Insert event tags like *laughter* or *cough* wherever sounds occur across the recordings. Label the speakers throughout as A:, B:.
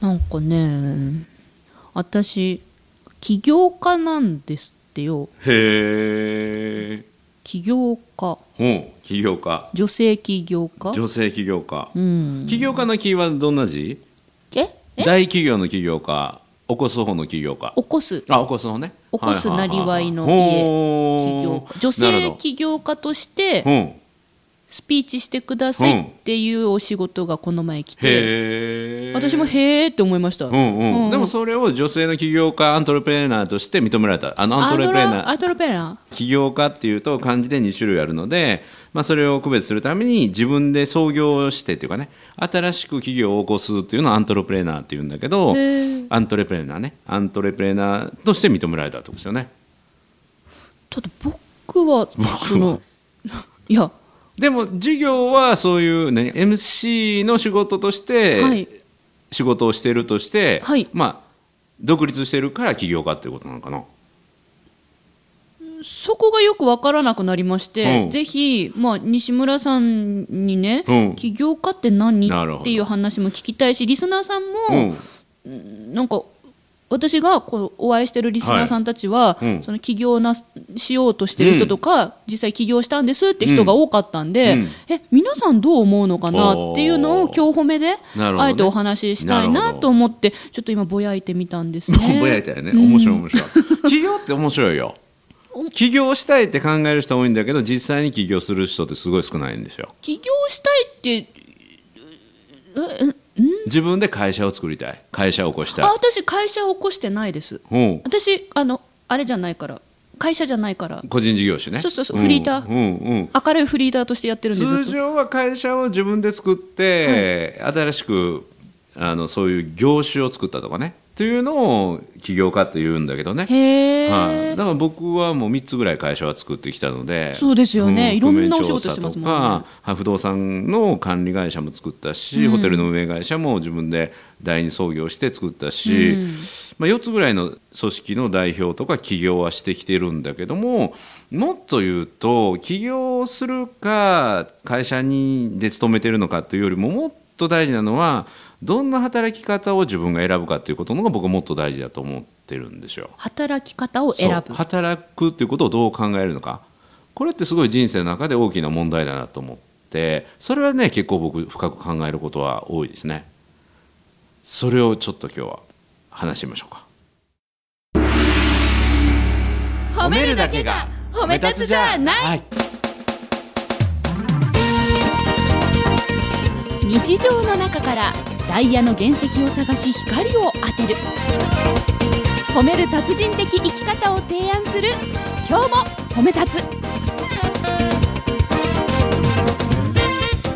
A: なんかね私起業家なんですってよ
B: へえ
A: 起業家
B: うん起業家
A: 女性起業家
B: 女性起業家、
A: うん
B: 起業家のキーはどんな字
A: ええ
B: 大企業の起業家起こす方の起業家
A: 起こす
B: あ起こす方ね
A: 起こすなりわいの家起業家女性起業家として
B: 業うん
A: スピーチしてくださいっていうお仕事がこの前来て
B: へえ
A: 私もへーって思いました
B: うんうん
A: うんうん
B: でもそれを女性の起業家アントレプレーナーとして認められたあのアントレプレーナー
A: アントレプレーナ
B: 起業家っていうと漢字で2種類あるので、まあ、それを区別するために自分で創業してっていうかね新しく企業を起こすっていうのはアントレプレーナーっていうんだけど
A: ーへー
B: アントレプレーナーねアントレプレーナーとして認められたってことですよね
A: ただ僕はそのいや
B: でも授業はそういう何 MC の仕事とし
A: は
B: て
A: い
B: 仕事をしているとして、
A: はい
B: まあ独立してるから起業家っていうことなのかな
A: そこがよく分からなくなりまして、
B: うん
A: ぜひ、まあ、西村さんにね、
B: うん
A: 起業家って何
B: なるほど
A: っていう話も聞きたいしリスナーさん
B: う
A: も、
B: ん
A: なんか私がこうお会いしてるリスナーさんたちは、
B: はいうん
A: その起業なしようとしてる人とか、実際起業したんですって人が多かったんで、
B: うん
A: え皆さんどう思うのかなっていうのを今日褒めで、
B: なるほどね
A: あえてお話ししたい
B: な
A: な
B: るほど
A: と思ってちょっと今ぼやいてみたんです
B: ボン *laughs*
A: ね。
B: ボやりたいよね面白い面白い起業って面白いよ起業したいって考える人多いんだけど実際に起業する人ってすごい少ないんですよ
A: 起業したいって
B: 自分で会社を作りたい会社を起こした
A: あ
B: い
A: 私会社を起こしてないです
B: うん
A: 私あのあれじゃないから会社じゃないから
B: 個人事業主ね
A: そうそうそうんフリーター
B: うんうん
A: 明るいフリーダーとしてやってるんです
B: 通常は会社を自分で作って、新しくあのそういう業種を作ったとかねというのを起業家というんだけどね
A: へえ、
B: はい、だから僕はもう3つぐらい会社は作ってきたので
A: そうですよねいろんなお仕事
B: 覆面調査
A: してますもんね
B: とかはい不動産の管理会社も作ったし、ホテルの運営会社も自分で第二創業して作ったし、
A: うん
B: まあ、4つぐらいの組織の代表とか起業はしてきてるんだけどももっと言うと起業するか会社にで勤めてるのかというよりももっと大事なのはどんな働き方を自分が選ぶかということの方が僕はもっと大事だと思ってるんですよ。
A: 働き方を選
B: そう
A: ぶ
B: 働くっていうことをどう考えるのかこれってすごい人生の中で大きな問題だなと思ってそれはね結構僕深く考えることは多いですねそれをちょっと今日は話してみましょうか
A: 褒
B: はい、
A: 日常の中からダイヤの原石を探し光を当てる褒める達人的生き方を提案する今日も褒め立つ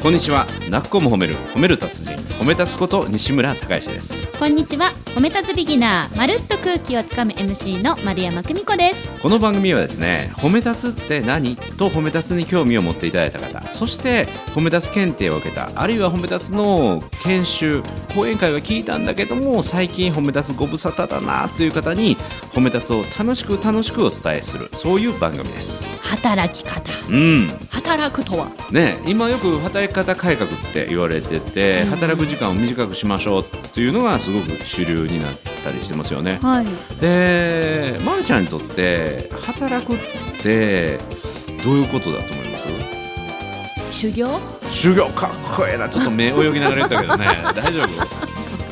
B: こんにちはなっこも褒める褒める達人褒め立つこと西村孝之です
C: こんにちは褒めたつビギナーまるっと空気をつかむ MC の丸山久美子です
B: この番組はですね褒め立つって何と褒め立つに興味を持っていただいた方そして褒め立つ検定を受けたあるいは褒め立つの研修講演会は聞いたんだけども最近褒め立つご無沙汰だなという方に褒め立つを楽しく楽しくお伝えするそういう番組です
C: 働き方
B: うん
A: 働くとは
B: ね今よく働き方改革って言われてて
A: うん
B: 働く時間を短くしましょうっていうのがすごく主流になったりしてますよね
A: はい
B: で、ま、るちゃんにとって働くってどういうことだと思います
A: 修行
B: 修行かっこええなちょっと目泳ぎながら言ったけどね
A: *laughs*
B: 大丈夫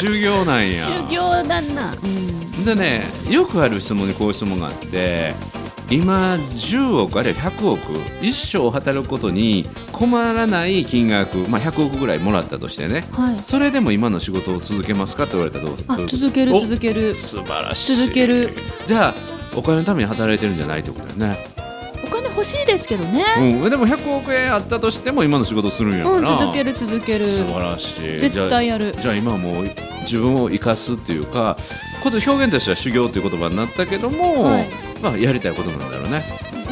B: 修行なんや
A: 修行だなうん
B: でねよくある質問にこういう質問があって今10億あるいは100億一生働くことに困らない金額、まあ、100億ぐらいもらったとしてね
A: はい
B: それでも今の仕事を続けますかって言われたらどう
A: あ
B: どう
A: 続ける
B: お
A: 続ける
B: 素晴らしい
A: 続ける
B: じゃあお金のために働いてるんじゃないってことだよね、
A: お金欲しいですけどね
B: うん、でも100億円あったとしても今の仕事するんやから、
A: うん続ける続ける
B: 素晴らしい
A: 絶対やる
B: じゃあじゃあ今はもう自分を生かすっていうかこと表現としては修行っていう言葉になったけども、
A: はい
B: まあ、やりたいことなんだろうね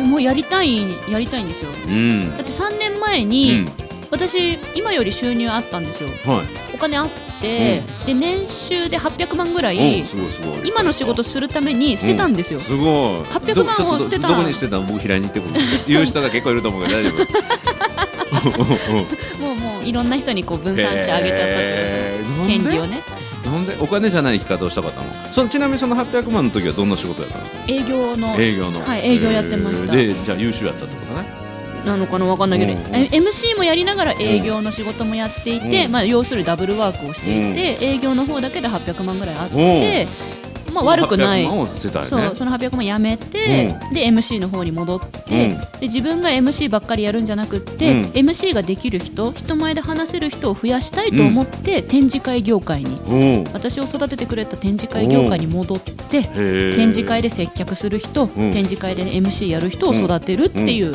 A: もうやりたいやりたいんですよ
B: うん、
A: だって3年前
B: う
A: に
B: ん、
A: 私今より収入あったんですよ
B: はい、
A: お金あって、で年収で800万ぐら
B: お
A: い
B: すごいすごい
A: 今の仕事するために捨てたんですよ、
B: すごい
A: 800
B: ど
A: 万
B: ちょっと
A: を捨てた
B: どどこに捨てたの僕平井に行ってくる言う人が結構いると思うけど大丈
A: *laughs*
B: 夫
A: もうもういろんな人にこう分散してあげちゃったってことですよ
B: へーなんで
A: 権利をね
B: なんでお金じゃない生き方をしたかったのそのちなみにその800万の時はどんな仕事やったんですか
A: 営業の
B: 営業の
A: はい営業やってました、
B: えーでじゃあ優秀やったってことね
A: なのかなわかんないけど、
B: うんうん
A: え MC もやりながら営業の仕事もやっていて、
B: うん
A: まあ、要するにダブルワークをしていて、営業の方だけで800万ぐらいあっ
B: お
A: て、まあ、悪くない
B: 800万を捨てたよね
A: そうその800万やめて、で MC の方に戻って、
B: う
A: で
B: ん
A: 自分が MC ばっかりやるんじゃなくって、
B: うん
A: MC ができる人人前で話せる人を増やしたいと思って、展示会業界に
B: うんへ
A: 私を育ててくれた展示会業界に戻って
B: ー
A: 展示会で接客する人、
B: ん
A: 展示会で MC やる人を育てるっていう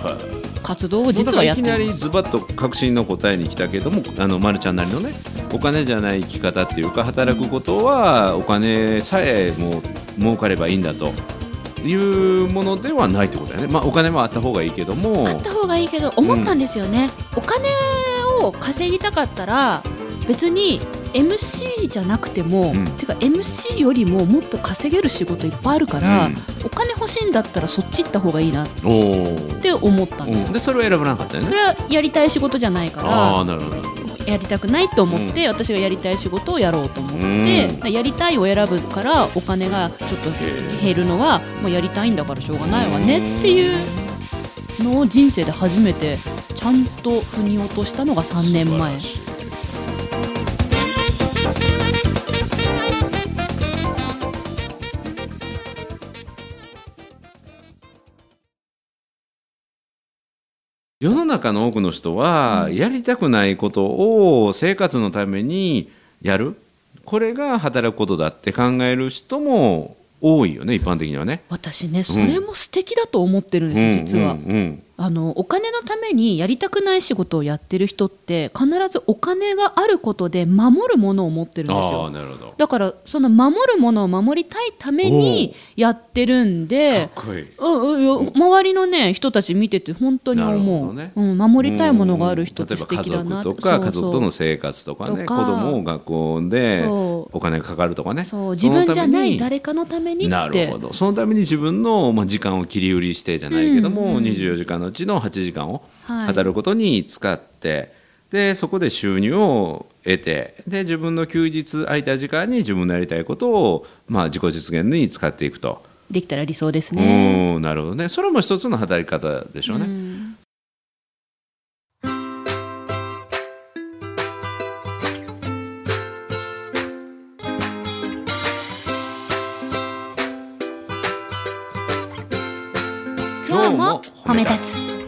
B: はい
A: 活動を実はやって
B: もうだからい
A: ま
B: きなり
A: す。
B: ズバッと確信の答えに来たけどもあの、ま、るちゃんなりのねお金じゃない生き方っていうか働くことはお金さえも儲かればいいんだというものではないってことだよね、まあ、お金もあった方がいいけども
C: あった方がいいけど思ったんですよね、お金を稼ぎたかったら
A: 別に MC じゃなくても、
B: うん
A: てか MC よりももっと稼げる仕事いっぱいあるから、お金欲しいんだったらそっち行った方がいいなっ
B: うん、おー
A: て思ったんです、
B: うんでそれを選ばなかったよ
A: そ
B: ね
A: れはやりたい仕事じゃない
B: ああ
A: か
B: なるほどなるほど
A: らやりたくないと思って、私がやりたい仕事をやろうと思って
B: う、
A: やりたいを選ぶからお金がちょっと減るのはもうやりたいんだからしょうがないわねっていうのを人生で初めてちゃんと腑に落としたのが3年前
B: 素晴らしい世の中の多くの人はやりたくないことを生活のためにやるこれが働くことだって考える人も多いよね一般的にはね。
A: 私ねそれも素敵だと思ってるんです、実は。
B: うんうん
A: あのお金のためにやりたくない仕事をやってる人って必ずお金があることで守るものを持って
B: う
A: るん
B: ん、
A: です
B: ああ
A: よ
B: なるほど。
A: だからその守るものを守りたいためにやってるんで
B: かっこいい
A: うんうんよ周りのね人たち見てて本当に
B: なるほ
A: 思う、
B: どね
A: うん、守りたいものがある人っ
B: うん
A: て素敵だな
B: 例えば家族とか
A: そうそ
B: 家
A: う
B: 族との生活とかね
A: とか
B: 子供を学校で
A: そう
B: お金がかかるとかね
A: そう自分じゃない
B: そのために
A: 誰かのためにって
B: なるほどそのために自分の、まあ、時間を切り売りしてじゃないけども、
A: うんうん
B: 24時間のうちの8時間を
A: はい
B: 働くことに使って、でそこで収入を得てで自分の休日空いた時間に自分のやりたいことを、まあ、自己実現に使っていくと、
A: できたら理想ですね。
B: うんなるほどねそれも一つの働き方でしょうね。
A: うん
C: 今日も褒め立つ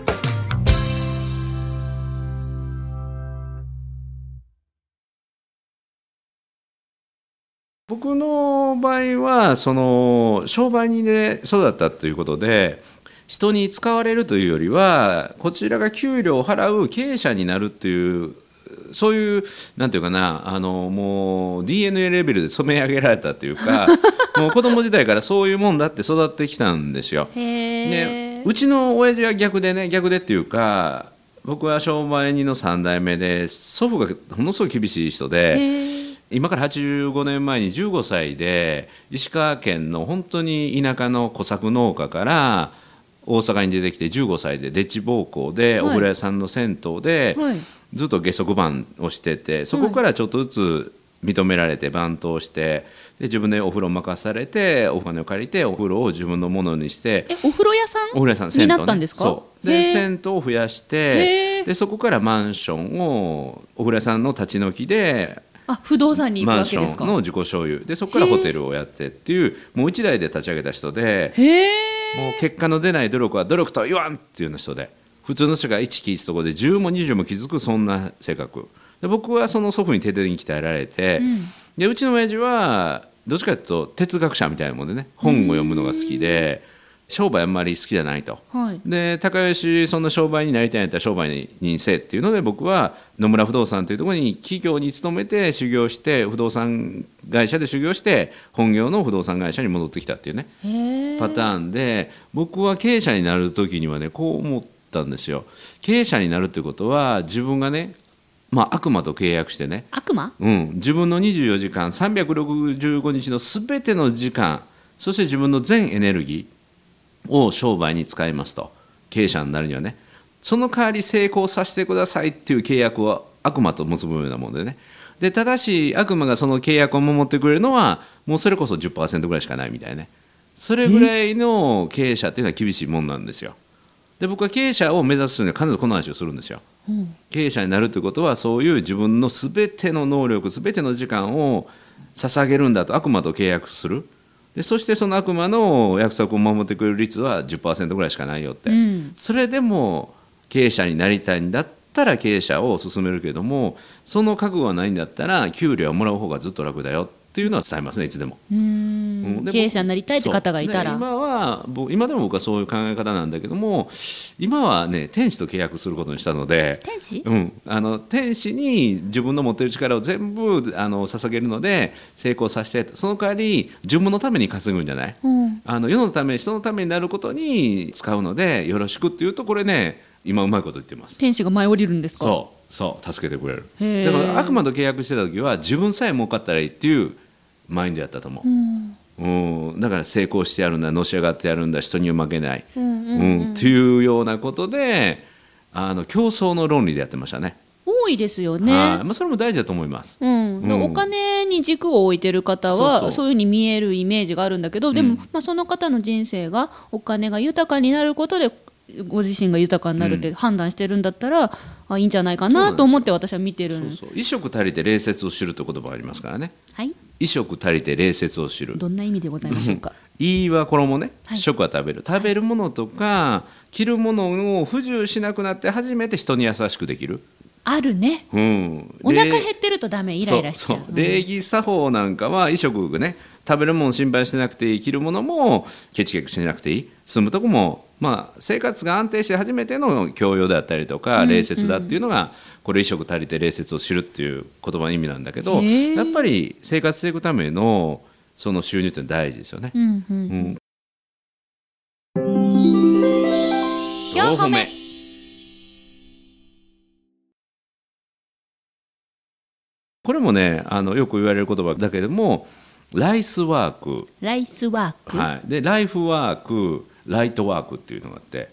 B: 僕の場合はその商売人で育ったということで人に使われるというよりはこちらが給料を払う経営者になるというそういうなんていうかなあのもう DNA レベルで染め上げられたとい
A: *laughs*
B: うかもう子供時代からそういうもんだって育ってきたんですよ。
A: へ
B: ね
A: ー、
B: うちの親父は逆でね逆でっていうか僕は商売人の3代目で祖父がものすごい厳しい人
A: へ
B: で。
A: ー
B: 今から85年前に15歳で石川県の本当に田舎の小作農家から大阪に出てきて15歳でデチ奉公で
A: はい
B: 小倉屋さんの銭湯で
A: はい
B: ずっと下足番をしててそこからちょっとずつ認められて番頭してで自分でお風呂任されてお金を借りてお風呂を自分のものにして
A: えお風呂屋さん
B: お風呂屋さん銭湯、
A: に
B: ね、
A: なったんですか
B: そう
A: へ
B: で
A: ー
B: 銭湯を増やし
A: へ
B: て
A: ー
B: でそこからマンションをお風呂屋さんの立ち退きで
A: あ不動産に行く
B: マ
A: わ
B: ンシ
A: けです
B: ョ
A: か
B: ンの自己所有でそこからホテルをやってっていうもう一代で立ち上げた人で
A: へえ
B: もう結果の出ない努力は努力とは言わんっていうような人で普通の人が1気1とこで10も20も気づくそんな性格で僕はその祖父に徹底的に鍛えられて、でうちの親父はどっちかというと哲学者みたいなもんでね本を読むのが好きで商売あんまり好きじゃないと。
A: はい
B: で高吉そんな商売になりたいんやったら商売にせえっていうので僕は野村不動産というところに企業に勤めて修行して不動産会社で修行して本業の不動産会社に戻ってきたっていうね
A: へえ
B: パターンで僕は経営者になる時にはねこう思ったんですよ経営者になるってことは自分がねまあ悪魔と契約してね
C: 悪魔
B: うん、自分の24時間365日のすべての時間そして自分の全エネルギーを商売に使いますと経営者になるにはねその代わり成功させてくださいっていう契約を悪魔と結ぶようなもんでねでただし悪魔がその契約を守ってくれるのはもうそれこそ10%ぐらいしかないみたいなねそれぐらいの経営者っていうのは厳しいもんなんですよで僕は経営者を目指すには必ずこの話をするんですよ、経営者になるということはそういう自分の全ての能力全ての時間を捧げるんだと悪魔と契約するでそしてその悪魔の約束を守ってくれる率は10%ぐらいしかないよって、
A: うん
B: それでも経営者になりたいんだったら経営者を勧めるけどもその覚悟がないんだったら給料をもらう方がずっと楽だよっていうのは伝えますねいつでも。
A: うー
B: うん
A: ん
B: で
A: 経営者になりたいって方がいた
B: そう
A: ら
B: で今は僕今でも僕はそういう考え方なんだけども今はね天使と契約することにしたので。
C: 天使
B: うん、あの天使に自分の持っている力を全部あの捧げるので成功させてその代わり自分のために稼ぐんじゃない、あの世のため人のためになることに使うのでよろしくっていうとこれね今うまいこと言ってます
A: 天使が舞い降りるんですか
B: そうそう助けてくれ
A: へ
B: る
A: ー
B: だから悪魔と契約してた時は自分さえ儲かったらいいっていうマインドやったと思う、うんだから成功してやるんだのし上がってやるんだ人には負けない、うんっていうようなことであの競争の論理でやってましたね
A: 多いですよ
B: はい
A: ね
B: まあ、それも大事だと思います。
A: うん、
B: うん
A: お金に軸を置いてる方
B: そうそう
A: はそういうふうに見えるイメージがあるんだけどでも、
B: うん
A: まあ、その方の人生がお金が豊かになることでご自身が豊かになるって判断してるんだったら、あいいんじゃないかなと思って私は見てる
B: そ
A: ん
B: うそう衣食足りて礼節を知るという言葉がありますからね
C: はい
B: 衣食足りて礼節を知る
A: どんな意味でございましょうか
B: いいは衣ね、
C: はい
B: 食は食べる食べるものとか着るものを不自由しなくなって初めて人に優しくできる、
C: あるね
B: うん、
C: お腹
B: 礼
C: 減ってるとダメイライラしちゃう
B: そうそう礼儀作法なんかは衣食ね食べるもの心配してなくていい着るものもケチケチしなくていい住むとこも、まあ、生活が安定して初めての教養であったりとか礼節だっていうのが、これ衣食足りて礼節を知るっていう言葉の意味なんだけど
A: へー
B: やっぱり生活していくためのその収入って大事ですよね。
C: うんうん
B: うん
C: 四歩目
B: これもねあのよく言われる言葉だけどもライスワーク、
C: ライスワーク、
B: はい、でライフワークライトワークっていうのがあって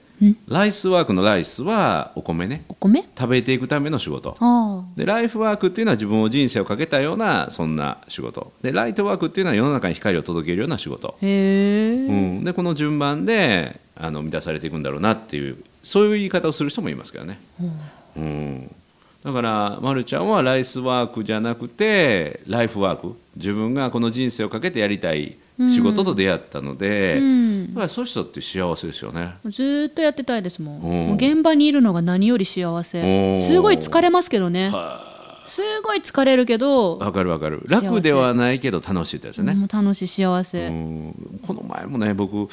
B: ライスワークのライスはお米ね
C: お米
B: 食べていくための仕事
C: あ
B: でライフワークっていうのは自分を人生をかけたようなそんな仕事でライトワークっていうのは世の中に光を届けるような仕事
A: へえ、
B: うん、でこの順番であの満たされていくんだろうなっていうそういう言い方をする人もいますけどね、うんだから、ま、るちゃんはライスワークじゃなくてライフワーク自分がこの人生をかけてやりたい仕事と出会ったので、
A: うん
B: だからそういう人って幸せですよね。
A: ずーっとやってたいですもん
B: うん
A: もう現場にいるのが何より幸
B: おー
A: せすごい疲れますけどねすごい疲れるけど
B: わかるわかる
A: 幸せ
B: 楽ではないけど楽しいってやつね、
A: もう楽しい幸
B: う
A: せ
B: んこの前もね僕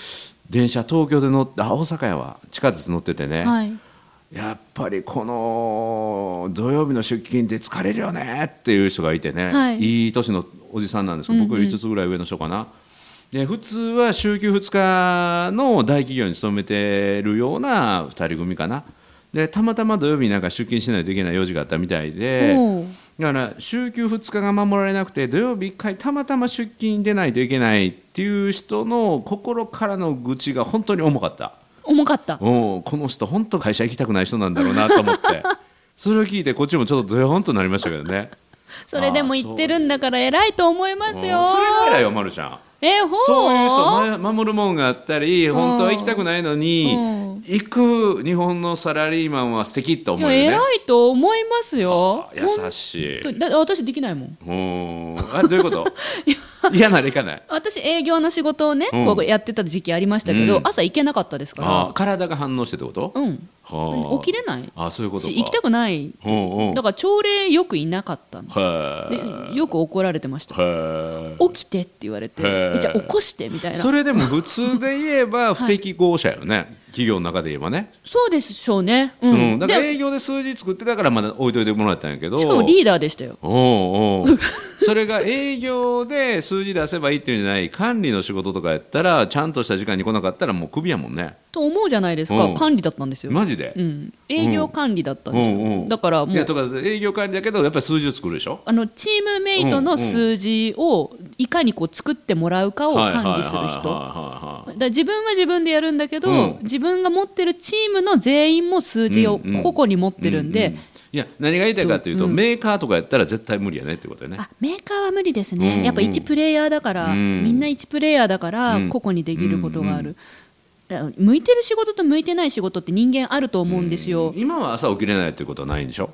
B: 電車東京で乗ってあ大阪やわ地下鉄乗っててね、
A: はい
B: やっぱりこの土曜日の出勤って疲れるよねっていう人がいてね、
A: はい
B: い、い年のおじさんなんですけど、僕より5つぐらい上の人かな。で普通は週休2日の大企業に勤めてるような2人組かなでたまたま土曜日になんか出勤しないといけない用事があったみたいで
A: おう
B: だから週休2日が守られなくて土曜日1回たまたま出勤に出ないといけないっていう人の心からの愚痴が本当に重かった。
A: 重かった
B: うん、この人本当会社行きたくない人なんだろうなと思って
A: *laughs*
B: それを聞いてこっちもちょっとドヨンとなりましたけどね
A: それでも言ってるんだから偉いと思いま
B: うん
A: す
B: それ
A: よ
B: が偉いよまるちゃん
A: えほう
B: そういう人ま守るもんがあったり本当は行きたくないのに
A: うん
B: 行く日本のサラリーマンは素敵って思
A: いう
B: よ
A: や
B: ね
A: 偉いと思いますよ
B: 優しい
A: 本当にだって私できないもん
B: うんあれどういうこと
A: *laughs*
B: 嫌ならいかない
A: 私営業の仕事をね、
B: うん
A: こうやってた時期ありましたけど、
B: うん
A: 朝行けなかったです
B: あ
A: か
B: 体が反応してってこと
A: らうん
B: はあ
A: 起きれない
B: あそういうことか
A: し行きたくない
B: うんうん
A: だから朝礼よくいなかったの
B: はい
A: でよく怒られてました
B: はい
A: 起きてって言われて
B: へー
A: えじゃあ起こしてみたいな
B: それでも普通で言え
A: *laughs*
B: ば不適合者よね、企業の中で言えばね、
A: そうでしょうね、う、
B: うんだから
A: で
B: 営業で数字作ってたからまだ置いといてもらったんやけど
A: しかもリーダーでしたよ
B: お
A: *laughs*
B: うおうそれが営業で数字出せばいいっていうんじゃない管理の仕事とかやったらちゃんとした時間に来なかったらもうクビやもんね
A: と思うじゃないですか、
B: うん
A: 管理だったんですよ、
B: マジで、
A: うん、営業管理だったんですよ、
B: うんうん
A: だからも
B: いや
A: う
B: とか営業管理だけどやっぱり数字を作るでしょ
A: あのチームメイト
B: うんう
A: の
B: ん
A: 数字をいかにこう作ってもらうかを管理する
B: はい
A: 人
B: は
A: だから自分は自分でやるんだけど、
B: うん
A: 自分が持ってるチームの全員も数字を
B: うんうん
A: 個々に持っ
B: いはいはいは
A: て
B: い
A: るんで、
B: うんうんいや何が言いたいかというと、
A: うん
B: メーカーとかやったら絶対無理やねってことね
A: あメーカーは無理です
B: うんう
A: ね、
B: ん
A: やっぱ1プレイヤーだから、
B: うん
A: みんな1プレイヤーだから、
B: うん
A: 個々にできることがある、だ向いてる仕事と向いてない仕事って人間あると思うんですよ、
B: 今は朝起きれないっていうことはないんでしょ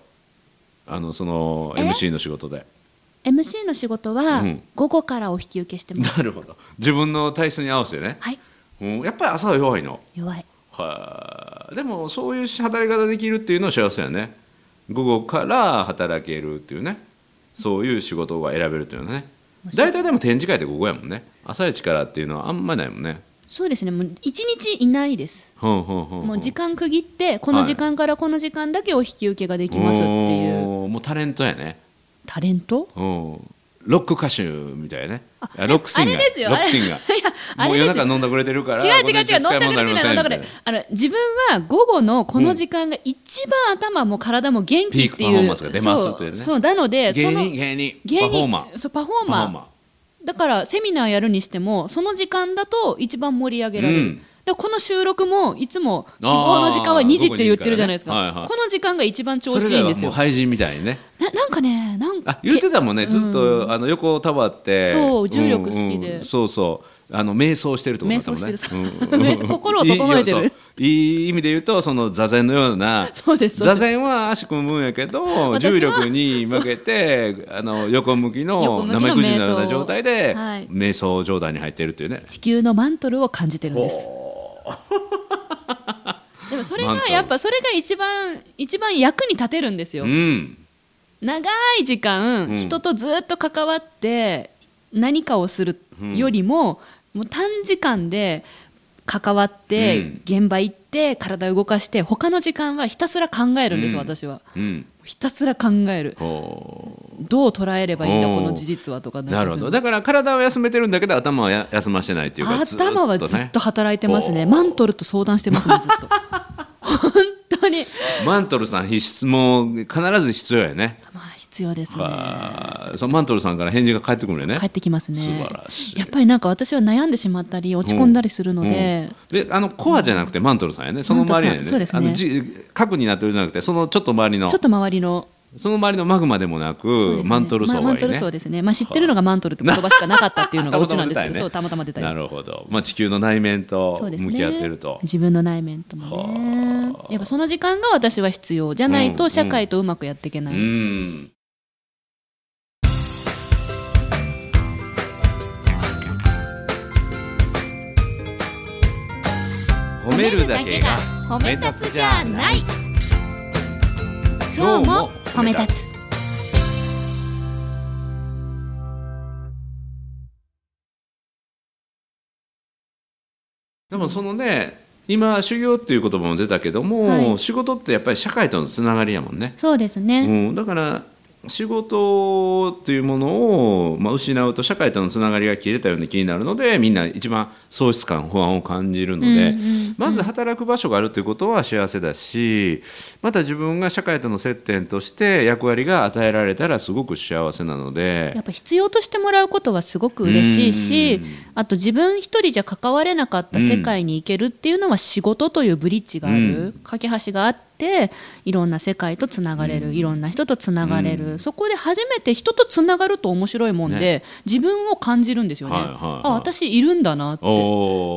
B: あのその
C: え
B: MC の仕事
A: *laughs*
B: で
C: MC の仕事は
B: うん
C: 午後からお引き受けして
B: *laughs*
C: ます、
B: なるほど自分の体質に合わせてね、
C: はい
B: うん、やっぱり朝は弱いの
C: 弱い
B: はいでもそういう働き方できるっていうのは幸せやね午後から働けるっていうねそういう仕事が選べるっていうのはね大体でも展示会って午後やもんね朝一からっていうのはあんまりないもんね
A: そうですね、もう1日いないです、
B: ほんほんほんほん
A: もう時間区切って、この時間からこの時間だけお引き受けができますっていう、
B: おーもうタレントやね
A: タレント
B: うんロック歌手みたいなねあロックシンガー
A: あれですよ
B: ロックシンガー
A: あれ
B: もう
A: ですよ
B: 夜中飲んだくれてるから
A: 違う違う違う、飲んだくれてない、飲んだくれ
B: み
A: て
B: た
A: ない、
B: ない
A: あの自分は午後のこの時間が一番頭も体も元気って
B: ピークパフォ
A: い
B: ーマン
A: う、
B: スが出ますっていうね
A: そうそうなので、そ
B: 芸
A: の
B: 人芸人
A: 芸人
B: パフォーマー
A: そうパフォー
B: パ
A: マ
B: フ
A: ー
B: ォーマ
A: だからセミナーやるにしてもその時間だと一番盛り上げられる、
B: うん
A: だからこの収録もいつも希望の時間は
B: あー
A: 2時って言ってるじゃないですか、
B: 午後2時からねはいはい
A: この時間が一番
B: ー
A: 調子いいんです
B: それらはもう
A: よ
B: 廃人みたいにね
A: ななんかねなんか
B: あ言ってたもんねずっと、あの横たわって
A: そう重力好きで
B: うんうんそうそうあの瞑想してるってことだったもんね
A: 瞑想して *laughs* る
B: うん
A: 心を整えてる
B: いいそういい意味で言うとその座禅のような
A: そうですそうで
B: 座
A: す
B: 禅は足組むんやけど
A: 私は
B: 重力に負けて *laughs* あの横向きの
A: 横向きの
B: 生くじのよう
A: 瞑
B: な
A: 想
B: 状態で、
A: はい
B: 瞑想状態に入ってるっていうね
A: 地球のマントルを感じてるんですでもそれ
B: マント
A: が
B: ル
A: やっぱそれが一番一番役に立てるんですよ
B: うん
A: 長い時間、
B: うん
A: 人とずっと関わって何かをするよりも,、もう短時間で関わって、
B: うん
A: 現場行って体動かして他の時間はひたすら考えるんです、
B: うん
A: 私は
B: うん
A: ひたすら考える
B: ほ
A: どう捉えればいいんだ
B: おー
A: この事実はとか
B: う
A: なん
B: な
A: か
B: る
A: そ
B: ほ
A: ういう
B: ど
A: の
B: だから体は休めてるんだけど頭はや休ましてないっていうかずっとね
A: 頭はずっと働いてますねマントルと相談してますもんずっと本当に
B: マントルさん必須もう必ず必要やね
A: まあ必要ですね
B: はあそのマントルさんから返事が返ってくるよね。
A: 帰ってきますね
B: 素晴らしい
A: やっぱりなんか私は悩んでしまったり落ち込んだりするので、
B: であのコアじゃなくてマントルさんやねその周りや
A: マ
B: ね
A: ントルさんそうですね
B: あのじ核になってるじゃなくてそのちょっと周りの
A: ちょっと周りの、
B: その周りのマグマでも
A: そ
B: な
A: うで
B: く、
A: すね
B: マントル層
A: まあマ
B: がい
A: ン
B: い
A: ト
B: ね
A: ル層ですね、まあ、知ってるのがマントルって言葉しかなかったっていうのが
B: *laughs*
A: オチなんですけどそうたまたま出た
B: な
A: り
B: るほど、まあ、地球の内面と
A: そうですね
B: 向き合ってると、
A: 自分の内面ともねやっぱその時間が私は必要じゃない
B: うんう
A: と
B: ん
A: 社会とうまくやっていけない、
B: うん褒めるだけが
C: 褒め立つじゃない今
B: 今日
C: 日
B: も
C: も
B: 褒
C: 褒
B: め
C: め
B: 立
C: 立
B: つ
C: つ
B: でもそのね今修行っていう言葉も出たけども、
A: はい
B: 仕事ってやっぱり社会とのつながりやもんね、
A: そうですね、
B: うん、だから仕事というものを、まあ、失うと社会とのつながりが切れたような気になるのでみんな一番喪失感不安を感じるので、
A: うんうん
B: まず働く場所があるということは幸せだしまた自分が社会との接点として役割が与えられたらすごく幸せなの
A: *laughs*
B: で
A: やっぱ必要としてもらうことはすごく嬉しいし
B: うん
A: あと自分一人じゃ関われなかった世界に行けるっていうのは仕事というブリッジがある、
B: うん
A: 架け橋があっていろんな世界とつながれる、いろんな人とつながれる、そこで初めて人とつながると面白いもんで、
B: ね
A: 自分を感じるんですよね、
B: はいはいはい
A: あ私いるんだなって *laughs*
B: お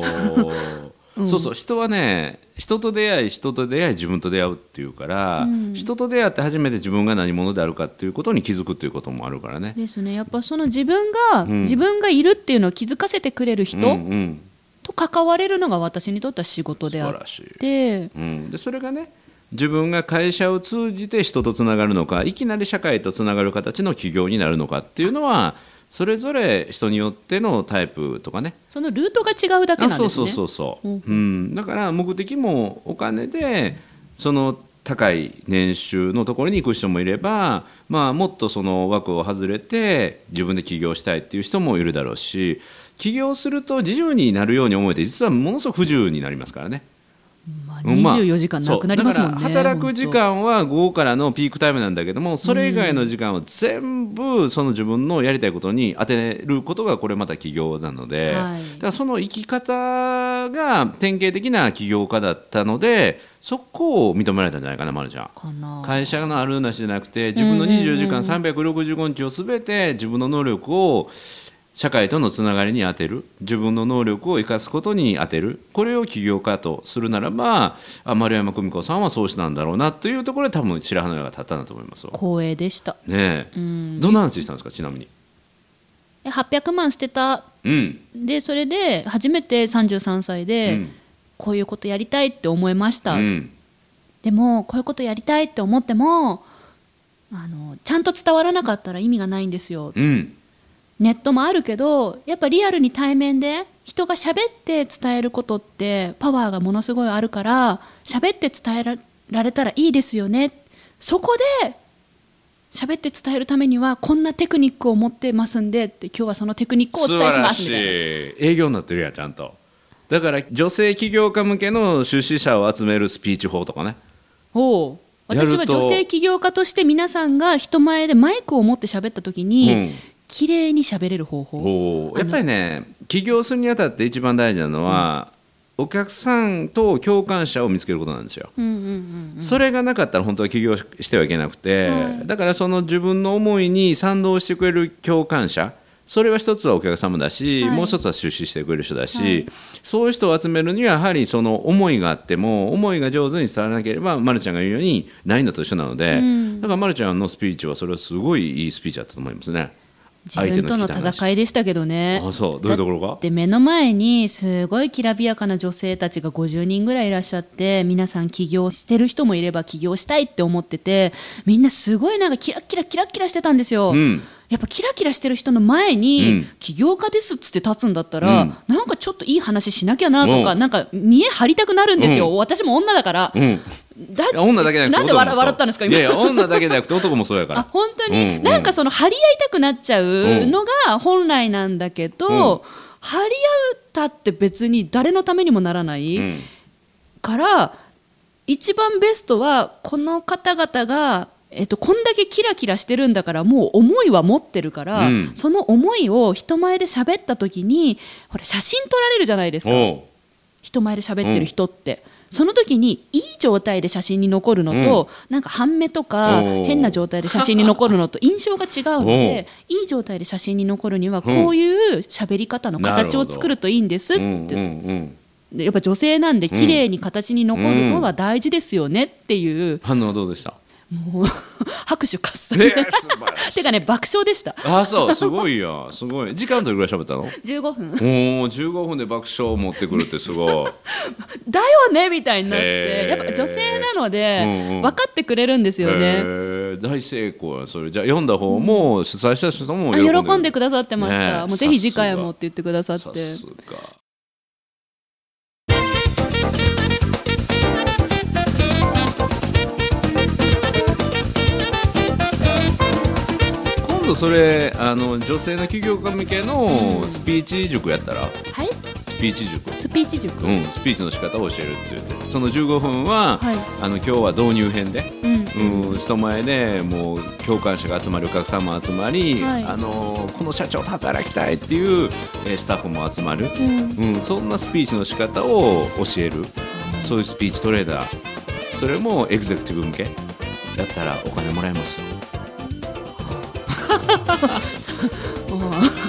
B: ーそうそう人はね人と出会い人と出会い自分と出会うっていうから、人と出会って初めて自分が何者であるかっていうことに気づくっていうこともあるからね。
A: ですねやっぱその自分が、
B: うん
A: 自分がいるっていうのを気づかせてくれる人、
B: うんうん、
A: と関われるのが私にとっては仕事であ
B: 素晴ら
A: っ
B: しい
A: て。
B: うん、でそれがね自分が会社を通じて人とつながるのかいきなり社会とつながる形の企業になるのかっていうのはそれぞれ人によってのタイプとかね
A: そのルートが違うだけ
B: あ
A: なんです
B: そ
A: ね。
B: うそうそうそう、
A: う
B: うん
A: ん
B: だから目的もお金でその高い年収のところに行く人もいれば、まあ、もっとその枠を外れて自分で起業したいっていう人もいるだろうし起業すると自由になるように思えて実はものすごく不自由になりますからね。
A: まあ
B: うんまあ
A: 24時間なくなりますもんね
B: そうだから働く時間は午後からのピークタイムなんだけどもそれ以外の時間は全部その自分のやりたいことに当てることがこれまた企業なので、
A: はい
B: だからその生き方が典型的な起業家だったのでそこを認められたんじゃないかな、ま、るちゃん。
A: かな
B: 会社のあるなしじゃなくて自分の24時間365日をすべて自分の能力を社会とのつながりに当てる自分の能力を生かすことに当てるこれを起業家とするならばあ丸山久美子さんはそうしたんだろうなというところで多分白羽の矢が立ったんだと思いますよ。
A: 光栄でした
B: ね
A: う
B: え、
A: ん
B: どんな話したんですかちなみに。
A: え800万捨てた
B: うん
A: でそれで初めて33歳
B: う
A: で、
B: ん
A: こういうことやりたいって思いました、
B: うん
A: でもこういうことやりたいって思ってもあのちゃんと伝わらなかったら意味がないんですよ
B: うん
A: ネットもあるけどやっぱリアルに対面で人が喋って伝えることってパワーがものすごいあるから喋って伝えらられたらいいですよねそこで喋って伝えるためにはこんなテクニックを持ってますんでって今日はそのテクニックをお
B: 素
A: 伝
B: 晴
A: えしま
B: ら
A: す
B: し
A: み
B: い
A: たいな
B: 営業になってるやんちゃんとだから女性起業家向けの出資者を集めるスピーチ法とかね
A: ほう
B: やると
A: 私は女性起業家として皆さんが人前でマイクを持って喋った時
B: う
A: に
B: ん
A: 綺麗に喋れる方法
B: おーやっぱりね起業するにあたって一番大事なのは、お客さんと共感者を見つけることなんですよ、
A: うんうんうん
B: それがなかったら本当は起業ししてはいけなくて、だからその自分の思いに賛同してくれる共感者それは一つはお客様だし、
A: はい
B: もう一つは出資してくれる人だし、そういう人を集めるにはやはりその思いがあっても思いが上手に伝わらなければ、ま、るちゃんが言うようにないんだと一緒なので、だからまるちゃんのスピーチはそれはすごいいいスピーチだったと思いますね。
A: 自分との
B: 相手聞きた
A: 戦いでしたけどね
B: あそうどういうところが
A: で目の前にすごいきらびやかな女性たちが50人ぐらいいらっしゃって皆さん起業してる人もいれば起業したいって思っててみんなすごいなんかキラッキラキラッキラしてたんですよ、
B: ん
A: やっぱキラキラしてる人の前
B: う
A: に、
B: ん
A: 起業家ですっつって立つんだったら、
B: うん
A: なんかちょっといい話しなきゃなとか、
B: うん
A: なんか見え張りたくなるんですよ、
B: う
A: 私も女だから、
B: うん
A: だ
B: いや女だけじゃな
A: なん
B: くて
A: で
B: 男もそう
A: 笑笑ったんですか今
B: いやいや女だけじゃなくて男もそうやから
A: あ本当に、
B: うん
A: なんかその張り合いたくなっちゃうのが本来なんだけど、
B: うん
A: 張り合ったって別に誰のためにもならな
B: う
A: い
B: ん
A: から、一番ベストはこの方々が、えっと、こんだけキラキラしてるんだからもう思いは持ってるから、
B: うん
A: その思いを人前で喋った時にほら写真撮られるじゃないですか。
B: おう
A: 人前で喋ってる人って、その時にいい状態で写真に残るのと、なんか半目とか
B: おー
A: 変な状態で写真に残るのと印象が違うのでいい状態で写真に残るにはこういう喋り方の形を作るといいんですっ
B: うんうんう
A: て
B: ん
A: でやっぱ女性なんで綺麗に形に残るのは大事ですよねっていう、
B: 反応はどうでした
A: もう *laughs* 拍手喝采、
B: えー素晴ら
A: *laughs*
B: しい
A: てかね爆笑でした
B: あそうすごいやすごい時間どれぐらい喋ったの
A: 15分
B: *laughs* おお15分で爆笑を持ってくるってすごい
A: だよねみたいになって、
B: へー
A: やっぱ女性なので、
B: うんうん
A: 分かってくれるんですよね、
B: へー大成功やそれじゃあ読んだ方も主催した人も
A: あ
B: 喜んで
A: 喜んでくださってまし
B: ねえ
A: た、もうぜひ次
B: さ
A: 回
B: すが
A: もって言ってくださ
B: だ
A: って
B: さすが今度それあの女性の起業家向けのスピーチ塾やったら、
A: はい
B: スピーチ塾
A: スピーチ塾、
B: うん、スピーチの仕方を教えるって言ってその15分は、
A: はい
B: あの今日は導入編で、
A: うん
B: うん、人前でもう共感者が集まりお客さんも集まり、
A: はい
B: あのこの社長と働きたいっていう、えースタッフも集まる、
A: うん
B: うん、そんなスピーチの仕方を教えるそういうスピーチトレーダーそれもエグゼクティブ向けだったらお金もらえます
A: *laughs*
B: よ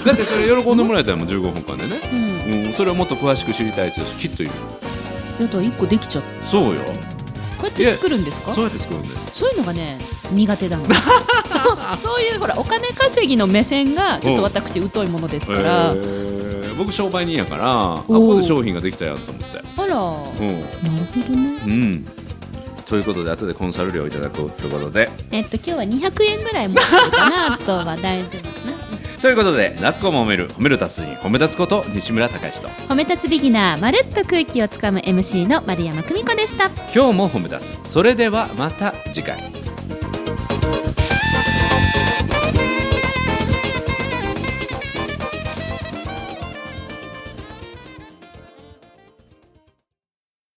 B: だってそれ喜んでもらえたらもう15分間でね、
A: うん
B: うん、それをもっと詳しく知りたい人きっといる
A: やだ一個できちゃった
B: そうよ
A: こうやって作るんですか
B: そ
A: そうう
B: やって作るんです
A: いうのがね苦手な
B: *laughs*
A: のそうそういうほらお金稼ぎの目線がちょっと私疎いものですから、
B: へー僕商売人やからあこ
A: おー
B: こで商品ができたよと思って
A: あら、
B: う
A: なるほどね
B: ん、うん、ということで後でコンサル料をいただこうということで
C: えっと今日は200円ぐらい持ってるかなあとは大丈夫かな
B: ということで「なっこも褒める褒める達人褒め立つこと西村隆之と
C: 褒め立つビギナーまるっと空気をつかむ MC の丸山久美子でした
B: 今日も褒め立つそれではまた次回